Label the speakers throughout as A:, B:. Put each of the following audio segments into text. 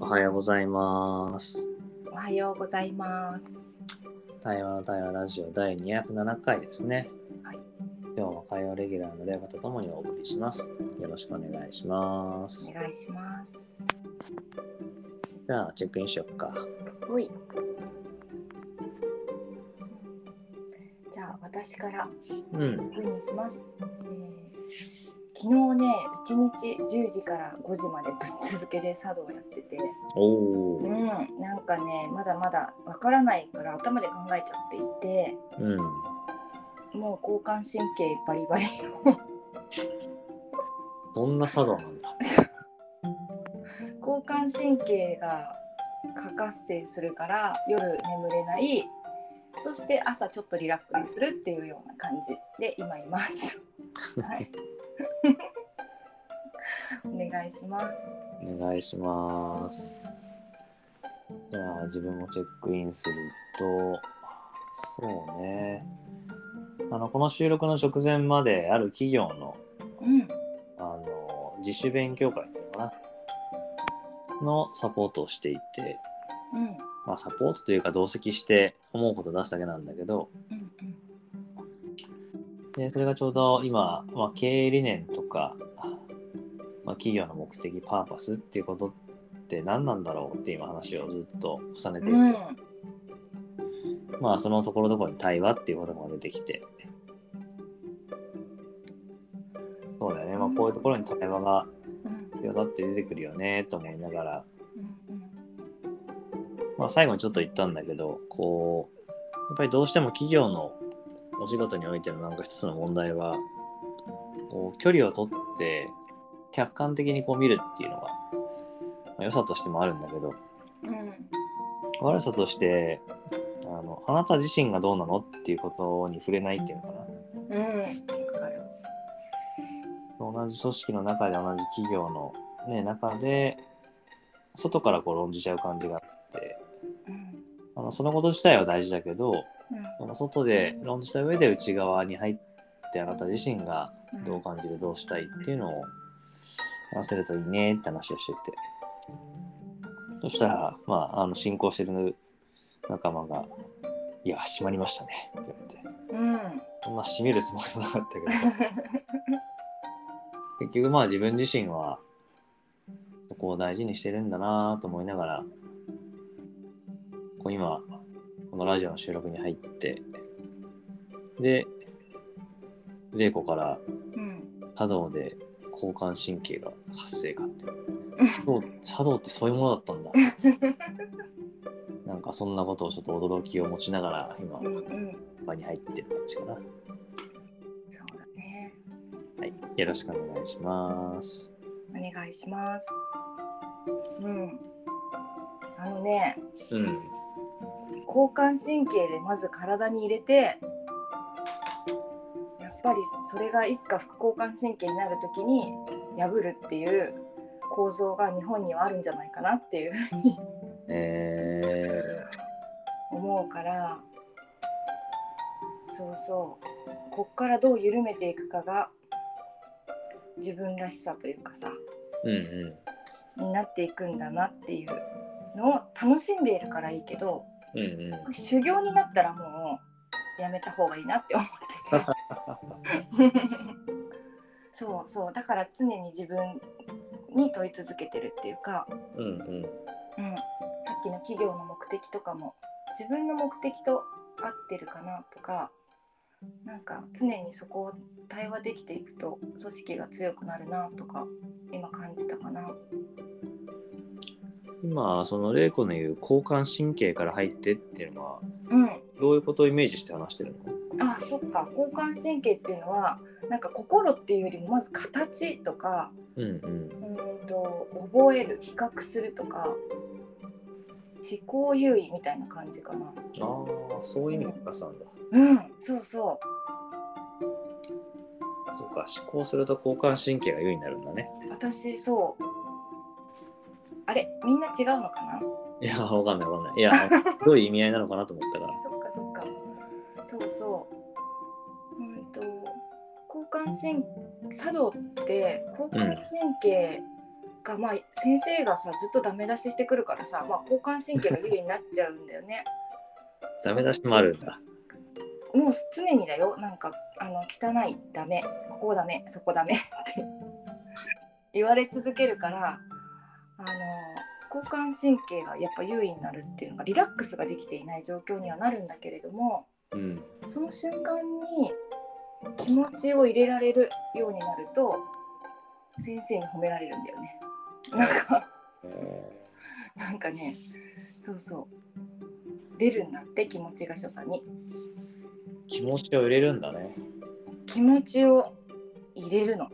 A: おはようございます。
B: おはようございます。
A: 対話の対話ラジオ第207回ですね。
B: はい
A: 今日も会話レギュラーのレバとともにお送りします。よろしくお願いします
B: お。願いします。
A: じゃあ、チェックインしよっか。
B: ほい。じゃあ私から
A: うん。
B: 確認します。えー昨日ね、1日10時から5時までぶっ続けで茶道をやってて、
A: お
B: う
A: ー。
B: ん、なんかね、まだまだわからないから頭で考えちゃっていて、
A: うん。
B: もう交感神経バリバリ。
A: どんな茶道なんだ。
B: 交感神経が過活性するから夜眠れないそして朝ちょっとリラックスするっていうような感じで今います。はい、お願いします。
A: お願いします。じゃあ、自分もチェックインすると、そうね。あの、この収録の直前まで、ある企業の
B: うん、
A: あの自主勉強会っていうのかなのサポートをしていて、
B: うん、
A: まあ、サポートというか同席して思うことを出すだけなんだけど
B: うん、
A: でそれがちょうど今、まあ、経営理念とか、まあ、企業の目的パーパスっていうことって何なんだろうっていう今話をずっと重ねていて、
B: うん、
A: まあそのところどころに対話っていう言葉が出てきてそうだよね、まあ、こういうところに対話が
B: うん、
A: 必要だって出てくるよねと思いながら
B: うん、
A: まあ、最後にちょっと言ったんだけどこうやっぱりどうしても企業のお仕事においてのなんか一つの問題はこう距離を取って客観的にこう見るっていうのが、まあ良さとしてもあるんだけど
B: うん、
A: 悪さとしてあのあなた自身がどうなのっていうことに触れないっていうのかな
B: うん、わかる。
A: 同じ組織の中で同じ企業の、ね、中で外からこう論じちゃう感じがあって
B: うん、
A: あのそのこと自体は大事だけど
B: う
A: その外で論じた上で内側に入ってあなた自身が
B: ん、
A: どう感じるどうしたいっていうのを話せるといいねって話をしててそしたら、まあ、あの進行してる仲間が「いや閉まりましたね」って言われて
B: うん、
A: そんな閉めるつもりもなかったけど結局まあ自分自身はそこを大事にしてるんだなと思いながらこう今このラジオの収録に入ってで玲子から
B: うん、
A: 茶道で交感神経が活性化って茶道茶道ってそういうものだったんだなんかそんなことをちょっと驚きを持ちながら今
B: うん、うん、
A: 場に入ってる感じかな
B: そうだね。
A: はいよろしくお願いします
B: お願いします。うん。あのね、
A: うん
B: 交感神経でまず体に入れて、やっぱりそれがいつか副交感神経になるときに破るっていう構造が日本にはあるんじゃないかなっていう ふうに
A: え
B: 思うから、そうそう。こっからどう緩めていくかが自分らしさというかさ。
A: ー、うんうん
B: になっていくんだなっていうのを楽しんでいるからいいけど
A: うんうん
B: 修行になったらもうやめた方がいいなって思っててそうそうだから常に自分に問い続けてるっていうか、
A: うんうん
B: うん、さっきの企業の目的とかも自分の目的と合ってるかなとかなんか常にそこを対話できていくと組織が強くなるなとか今感じたかな。
A: 今その玲子の言う交感神経から入ってっていうのは
B: うん
A: どういうことをイメージして話してるの
B: あそっか交感神経っていうのはなんか心っていうよりもまず形とか
A: うんうん
B: うーんと覚える比較するとか思考優位みたいな感じかな
A: ああそういう意味で深さんだ、
B: うんそうそ
A: そうか思考すると交感神経が優位になるんだね
B: う私そうあれみんな違うのかない
A: やわかんないわかんないいやどういう意味合いなのかなと思ったから
B: そっかそっかそうそううんと交感神茶道って交感神経が、まあ、先生がさずっとダメ出ししてくるからさ、まあ、交感神経が優位になっちゃうんだよね。
A: ダメ出しもあるんだ。
B: もう常にだよなんかあの汚いダメここダメそこダメって言われ続けるからあの交感神経がやっぱ優位になるっていうのがリラックスができていない状況にはなるんだけれども
A: うん。
B: その瞬間に気持ちを入れられるようになると先生に褒められるんだよね。なんか
A: え
B: なんかねそうそう出るんだって気持ちが所作に
A: ー気持ちを入れるんだね。
B: 気持ちを入れるの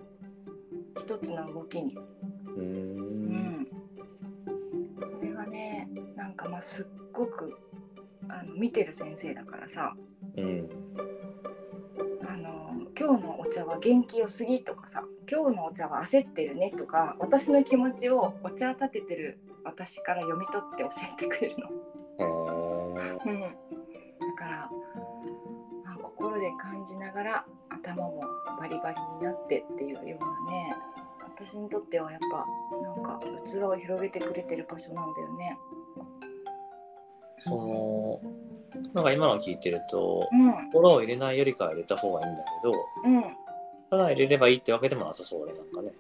B: 一つの動きに
A: うー。
B: うんんそれがねなんかまあすっごくあの見てる先生だからさ
A: うん。
B: 「あの今日のお茶は元気よすぎ」とかさ「今日のお茶は焦ってるね」とか私の気持ちをお茶立ててる私から読み取って教えてくれるの。
A: えー
B: うん、だから、まあ、心で感じながら頭もバリバリになってっていうようなね私にとってはやっぱなんか器を広げてくれてる場所なんだよね。
A: その、なんか今の聞いてると、
B: う
A: 心を入れないよりかは入れた方がいいんだけど、
B: ん、うん、
A: ただ入れればいいってわけでもなさそうね、なんかね。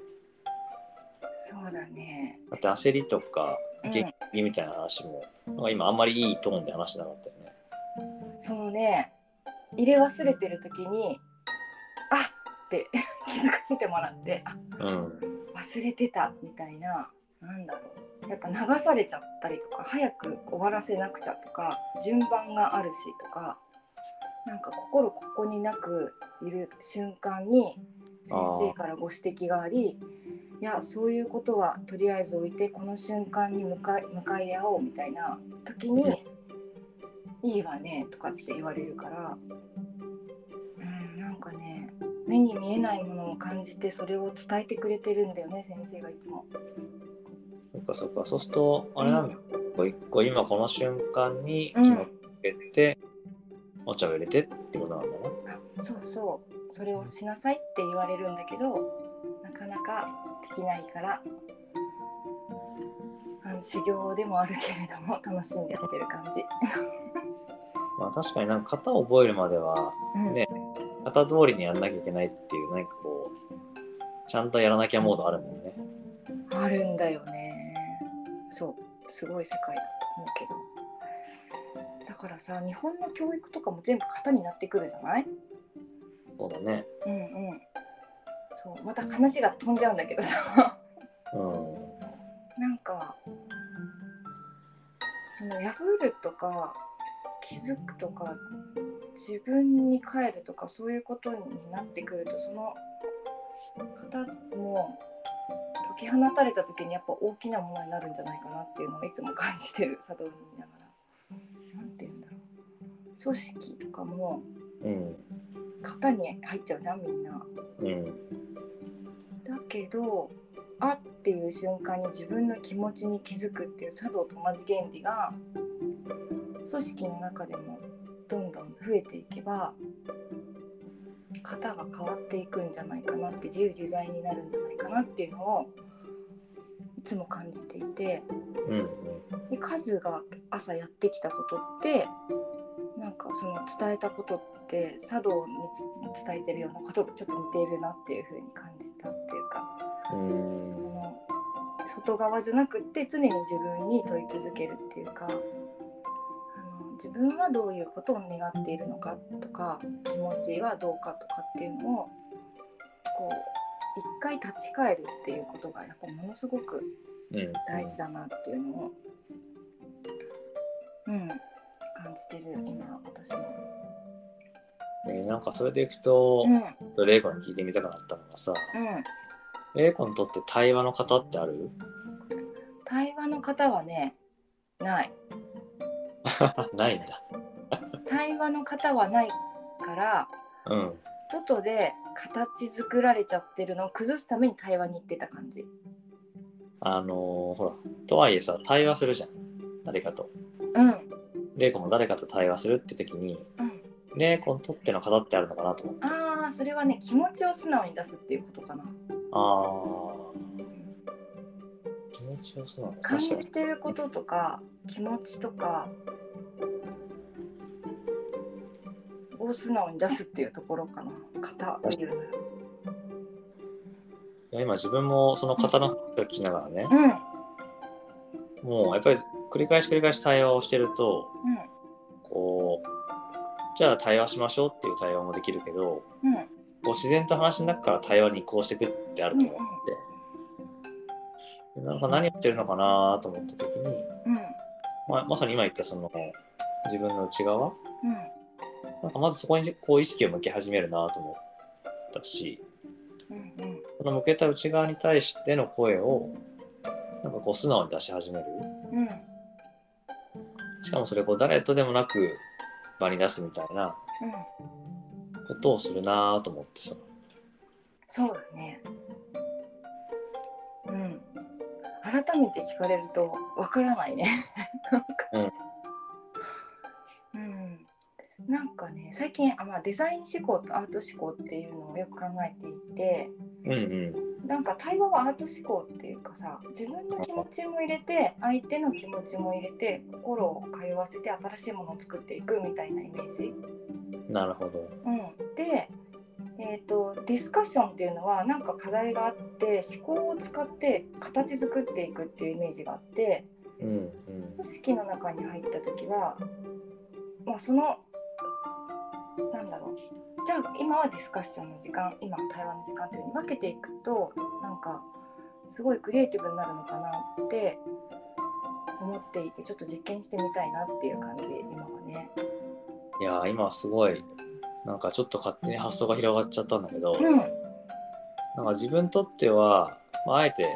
B: そうだね。
A: だって焦りとか、
B: うん
A: 激みたいな話も、なんか今あんまりいいトーンで話してなかったよね。
B: そのね入れ忘れてる時に「あっ!」って 気づかせてもらって「あ
A: うん。
B: 忘れてた」みたいななんだろうやっぱ流されちゃったりとか早く終わらせなくちゃとか順番があるしとかなんか心ここになくいる瞬間に先生からご指摘がありいやそういうことはとりあえず置いてこの瞬間に向かい向かい合おうみたいな時に
A: うん
B: 「いいわね」とかって言われるから、うん、なんかね目に見えないものを感じてそれを伝えてくれてるんだよね先生がいつも。
A: そっかそっか。そうすると、あれなんだよ。一個一個今この瞬間に気
B: うん
A: 持ちを入れて、お茶を入れてってことなんだね。
B: あそうそうそれをしなさいって言われるんだけどなかなかできないからあの修行でもあるけれども楽しんでやってる感じ。
A: まあ確かになんか型を覚えるまでは、
B: うん
A: ね型通りにやんなきゃいけないっていう、なんかこう、ちゃんとやらなきゃモードあるもんね。
B: あるんだよねそうすごい世界だと思うけどだからさ日本の教育とかも全部型になってくるじゃない
A: そうだね。
B: うんうんそうまた話が飛んじゃうんだけどさ
A: うん。
B: なんかその破るとか気づくとか自分に帰るとかそういうことになってくるとその型も解き放たれた時にやっぱ大きなものになるんじゃないかなっていうのをいつも感じてる茶道にいながら。なんて言うんだろう組織とかも
A: うん。
B: 型に入っちゃうじゃんみんな。
A: うん。
B: だけど「あ」っていう瞬間に自分の気持ちに気づくっていう茶道と同じ原理が組織の中でもどんどん増えていけば型が変わっていくんじゃないかなって自由自在になるんじゃないかなっていうのをいつも感じていて
A: うん。うん。
B: でカズが朝やってきたことってなんかその伝えたことって茶道につ伝えてるようなこととちょっと似ているなっていうふうに感じたっていうか。
A: うん
B: その外側じゃなくって常に自分に問い続けるっていうかあの自分はどういうことを願っているのかとか気持ちはどうかとかっていうのをこう一回立ち返るっていうことがやっぱものすごく
A: うん。
B: 大事だなっていうのをうん感じてる今私も。
A: えーなんかそれでいくと、
B: うんうん
A: ちょっと玲子に聞いてみたくなったのがさ、玲子にとって対話の型ってある
B: 対話の方はねない。
A: ないんだ。
B: 対話の方はないから
A: うん。
B: 外で形作られちゃってるのを崩すために対話に行ってた感じ
A: あのーほら、とはいえさ、対話するじゃん。誰かと。
B: うんうん
A: 玲子も誰かと対話するって時に、玲子にとっての型ってあるのかなと思って。
B: ああそれはね気持ちを素直に出すっていうことかな
A: あ強そうだな
B: 感
A: 確かに。
B: じてることとか気持ちとかを素直に出すっていうところかな型っていう
A: いや今自分もその方の話を聞きながらね、
B: うんうん
A: もうやっぱり繰り返し繰り返し対話をしてると、こう、じゃあ対話しましょうっていう対話もできるけど、
B: うん
A: こう自然と話の中から対話に移行していくってあると思って、でなんか何やってるのかなと思った時に、
B: うん
A: まあ、まさに今言ったその自分の内側、
B: うん
A: なんかまずそこにこう意識を向け始めるなと思ったし、
B: うんうん
A: その向けた内側に対しての声を、なんかこう素直に出し始める。
B: うん
A: しかもそれこう誰とでもなく場に出すみたいな
B: うん
A: ことをするなぁと思ってさ。
B: そうだねうん改めて聞かれるとわからないねなんかうんなんかね最近あ、まあ、デザイン思考とアート思考っていうのをよく考えていて
A: うんうん。
B: なんか対話はアート思考っていうかさ自分の気持ちも入れて相手の気持ちも入れて心を通わせて新しいものを作っていくみたいなイメージ
A: なるほど。
B: うん、で、えー、とディスカッションっていうのはなんか課題があって思考を使って形作っていくっていうイメージがあって
A: うんうん。
B: 組織の中に入った時は、まあ、そのなんだろうじゃあ今はディスカッションの時間今は対話の時間っていうふうに分けていくとなんかすごいクリエイティブになるのかなって思っていてちょっと実験してみたいなっていう感じ今はね。
A: いやー今すごい、なんかちょっと勝手に発想が広がっちゃったんだけど、
B: うん、
A: なんか自分にとっては、まあ、あえて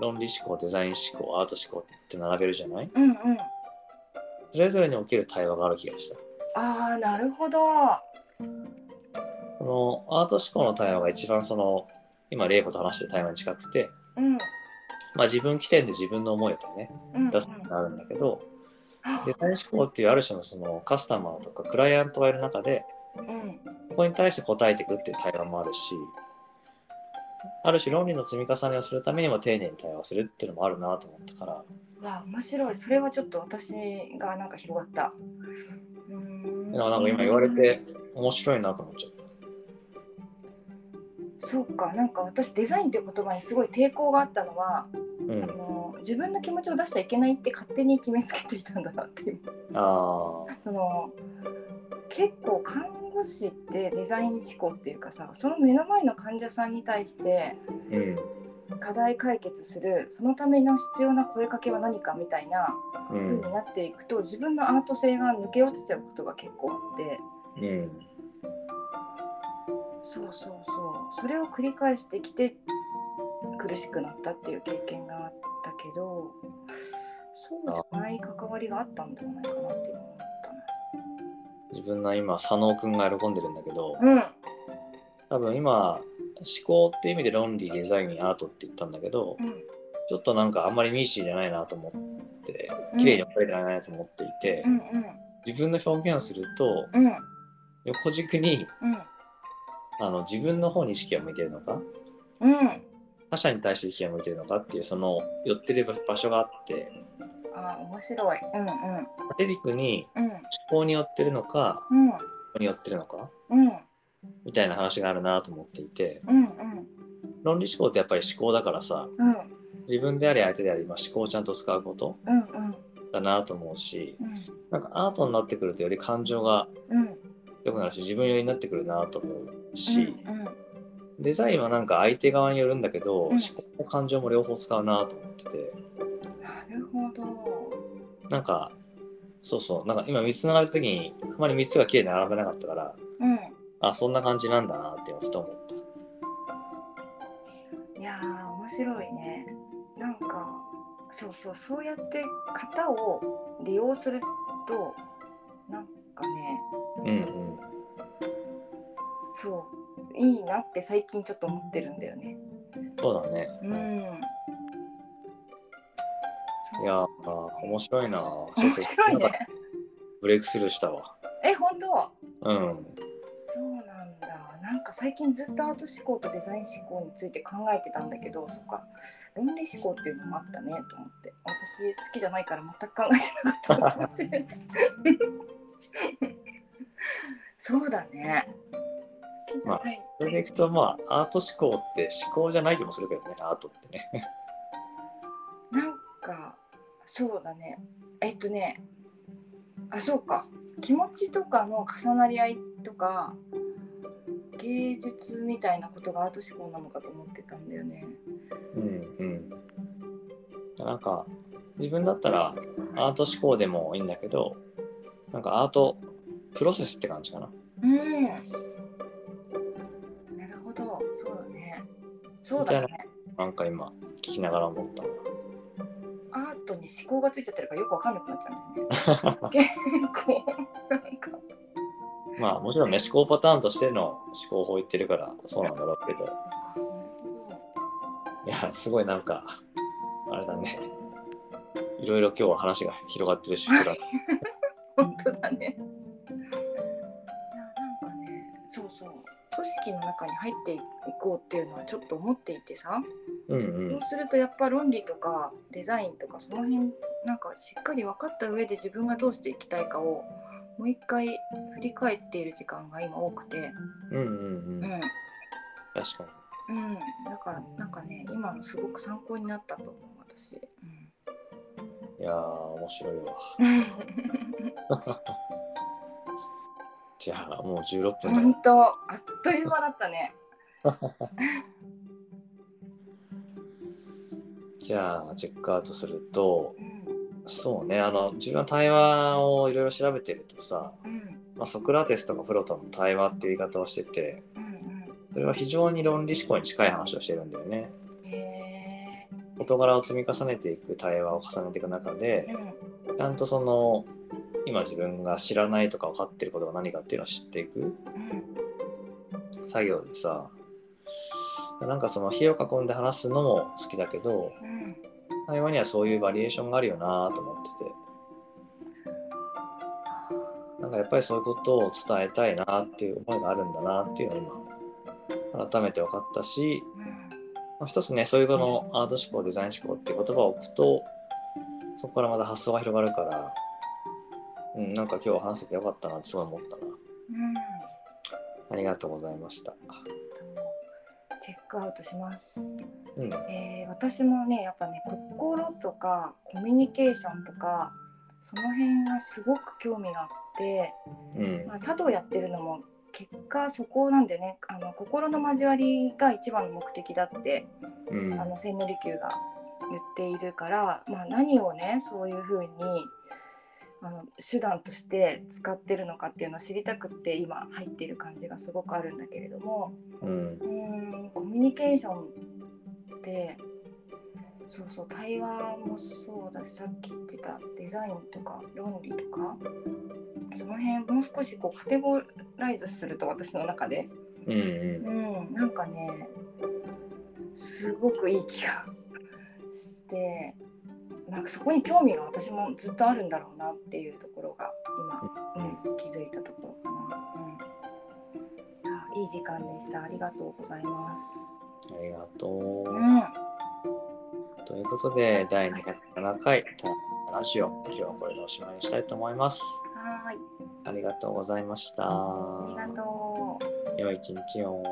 A: 論理思考、デザイン思考、アート思考って並べるじゃない
B: うん、うん
A: それぞれにおける対話がある気がした。
B: あーなるほど。
A: このアート思考の対話が一番その、今、玲子と話してる対話に近くて、
B: うん。
A: まあ自分起点で自分の思いをね、
B: うん
A: 出すってなるんだけど、
B: あ
A: デザイン思考っていうある種のそのカスタマーとかクライアントがいる中で
B: うん
A: そこに対して答えていくっていう対話もあるしある種論理の積み重ねをするためにも丁寧に対話をするっていうのもあるなと思ったから
B: わあ面白いそれはちょっと私がなんか広がったうーん
A: だからなんか今言われて面白いなと思っちゃった。
B: そうかなんか私デザインという言葉にすごい抵抗があったのは
A: う
B: あ
A: ん、
B: の自分の気持ちを出しちゃいけないって勝手に決めつけていたんだなっていう
A: あ
B: その結構看護師ってデザイン思考っていうかさその目の前の患者さんに対して
A: ーうん
B: 課題解決するそのための必要な声かけは何かみたいな
A: う
B: 風に
A: ん
B: なっていくと自分のアート性が抜け落ちちゃうことが結構あって
A: うん
B: そうそうそうそれを繰り返してきて苦しくなったっていう経験があったけどそうじゃない関わりがあったんではないかなって思っ
A: 自分の今佐野くんが喜んでるんだけど
B: たな。
A: 多分今思考っていう意味で論理デザインアートって言ったんだけど
B: うんうん
A: ちょっとなんかあんまりミーシーじゃないなと思って綺麗に分かれてないなと思っていて、
B: うん
A: 自分の表現をすると
B: うんうん
A: 横軸に
B: う
A: あの自分の方に意識が向いてるのか
B: んうん
A: 他者に対して意識が向いてるのかっていうその寄ってる場所があって
B: あー面白い。うん
A: 縦軸に
B: うん
A: 思考に寄ってるのか
B: うん
A: 思考に寄ってるのか
B: うん
A: みたいな話があるなと思っていて
B: うんうん
A: 論理思考ってやっぱり思考だからさ
B: うん
A: 自分であり相手であり、まあ、思考をちゃんと使うこと
B: うんうん
A: だなと思うし
B: うん
A: なんかアートになってくるとより感情が
B: うん
A: 良くなるし自分寄りになってくるなと思う
B: う
A: し、
B: ん
A: デザインはなんか相手側によるんだけど、
B: ん
A: 思考も感情も両方使うなと思ってて
B: なるほど。
A: なんかそうそうなんか今3つ並べた時にあまり3つが綺麗に並べなかったから
B: うん
A: あそんな感じなんだなってふと思った
B: いやー面白いねなんかそうそうそうやって型を利用するとなんかね
A: うんうん
B: そういいなって最近ちょっと思ってるんだよね
A: そうだね、
B: うんそう
A: いやー面白いなちょっ
B: 面
A: と
B: 白い
A: なんか
B: ね
A: ブレイクスルーしたわ
B: え本当
A: うん
B: そうなんだなんか最近ずっとアート思考とデザイン思考について考えてたんだけどそっか論理思考っていうのもあったねと思って私好きじゃないから全く考えてなかったかもしれないそうだね好きじゃない、
A: それでいくとまあアート思考って思考じゃない気もするけどねアートってね。
B: なんかそうだねえっとねあそうか気持ちとかの重なり合いとか芸術みたいなことがアート思考なのかと思ってたんだよね。
A: うんうん、なんか自分だったらアート思考でもいいんだけどなんかアートプロセスって感じかな。
B: うん。なるほど、そうだね。そうだね。
A: なんか今聞きながら思ったな。
B: アートに思考がついちゃってるからよくわかんなくなっちゃうんだよね。結構なんか
A: まあもちろんね思考パターンとしての思考法言ってるからそうなんだろうけどいやすごいなんかあれだねいろいろ今日は話が広がってるしだ
B: 本当だね。いやなんかね、そうそう。組織の中に入っていこうっていうのはちょっと思っていてさ、
A: うんう
B: そ
A: ん
B: うするとやっぱ論理とかデザインとかその辺なんかしっかり分かった上で自分がどうしていきたいかをもう一回振り返っている時間が今多くて、
A: うんうん
B: う
A: うん
B: ん、
A: 確かに
B: うん、だからなんかね今のすごく参考になったと思う私、うん、
A: いやー面白いわじゃあもう16分だ
B: 本当あっという間だったね
A: じゃあチェックアウトすると
B: うん
A: そうねあの自分は対話をいろいろ調べてるとさ、
B: うん
A: まあ、ソクラテスとかプロとの対話っていう言い方をしてて
B: うん
A: それは非常に論理思考に近い話をしてるんだよね
B: うんへ
A: 事柄を積み重ねていく対話を重ねていく中で
B: えうん
A: ちゃんとその今自分が知らないとか分かってることが何かっていうのを知っていく
B: うん
A: 作業でさなんかその火を囲んで話すのも好きだけど
B: うん
A: 対話にはそういうバリエーションがあるよなと思っててなんかやっぱりそういうことを伝えたいなっていう思いがあるんだなっていうのを今改めて分かったし
B: うん
A: まあ一つねそういうこのアート思考デザイン思考っていう言葉を置くとそこからまた発想が広がるから、うん、なんか今日話せてよかったなってすごい思ったな
B: うん
A: ありがとうございました
B: チェックアウトします
A: うん
B: えー私もねやっぱね心とかコミュニケーションとかその辺がすごく興味があって、
A: うん
B: まあ、茶道やってるのも結果そこなんでねあの心の交わりが一番の目的だって
A: うん
B: あの千利休が言っているから、まあ、何をねそういうふうにあの手段として使ってるのかっていうのを知りたくって今入っている感じがすごくあるんだけれども。
A: うん
B: うーんコミュニケーションってそうそう対話もそうだしさっき言ってたデザインとか論理とかその辺もう少しこうカテゴライズすると私の中で
A: うんうん
B: うんなんかねすごくいい気がしてなんかそこに興味が私もずっとあるんだろうなっていうところが今、うん、気づいたところかな、うんあ、いい時間でしたありがとうございます。
A: ありがとう、
B: うん
A: ということで第207回ラジオ今日はこれでおしまいにしたいと思います
B: はーい、
A: ありがとうございました
B: ありがとう。
A: 良い一日を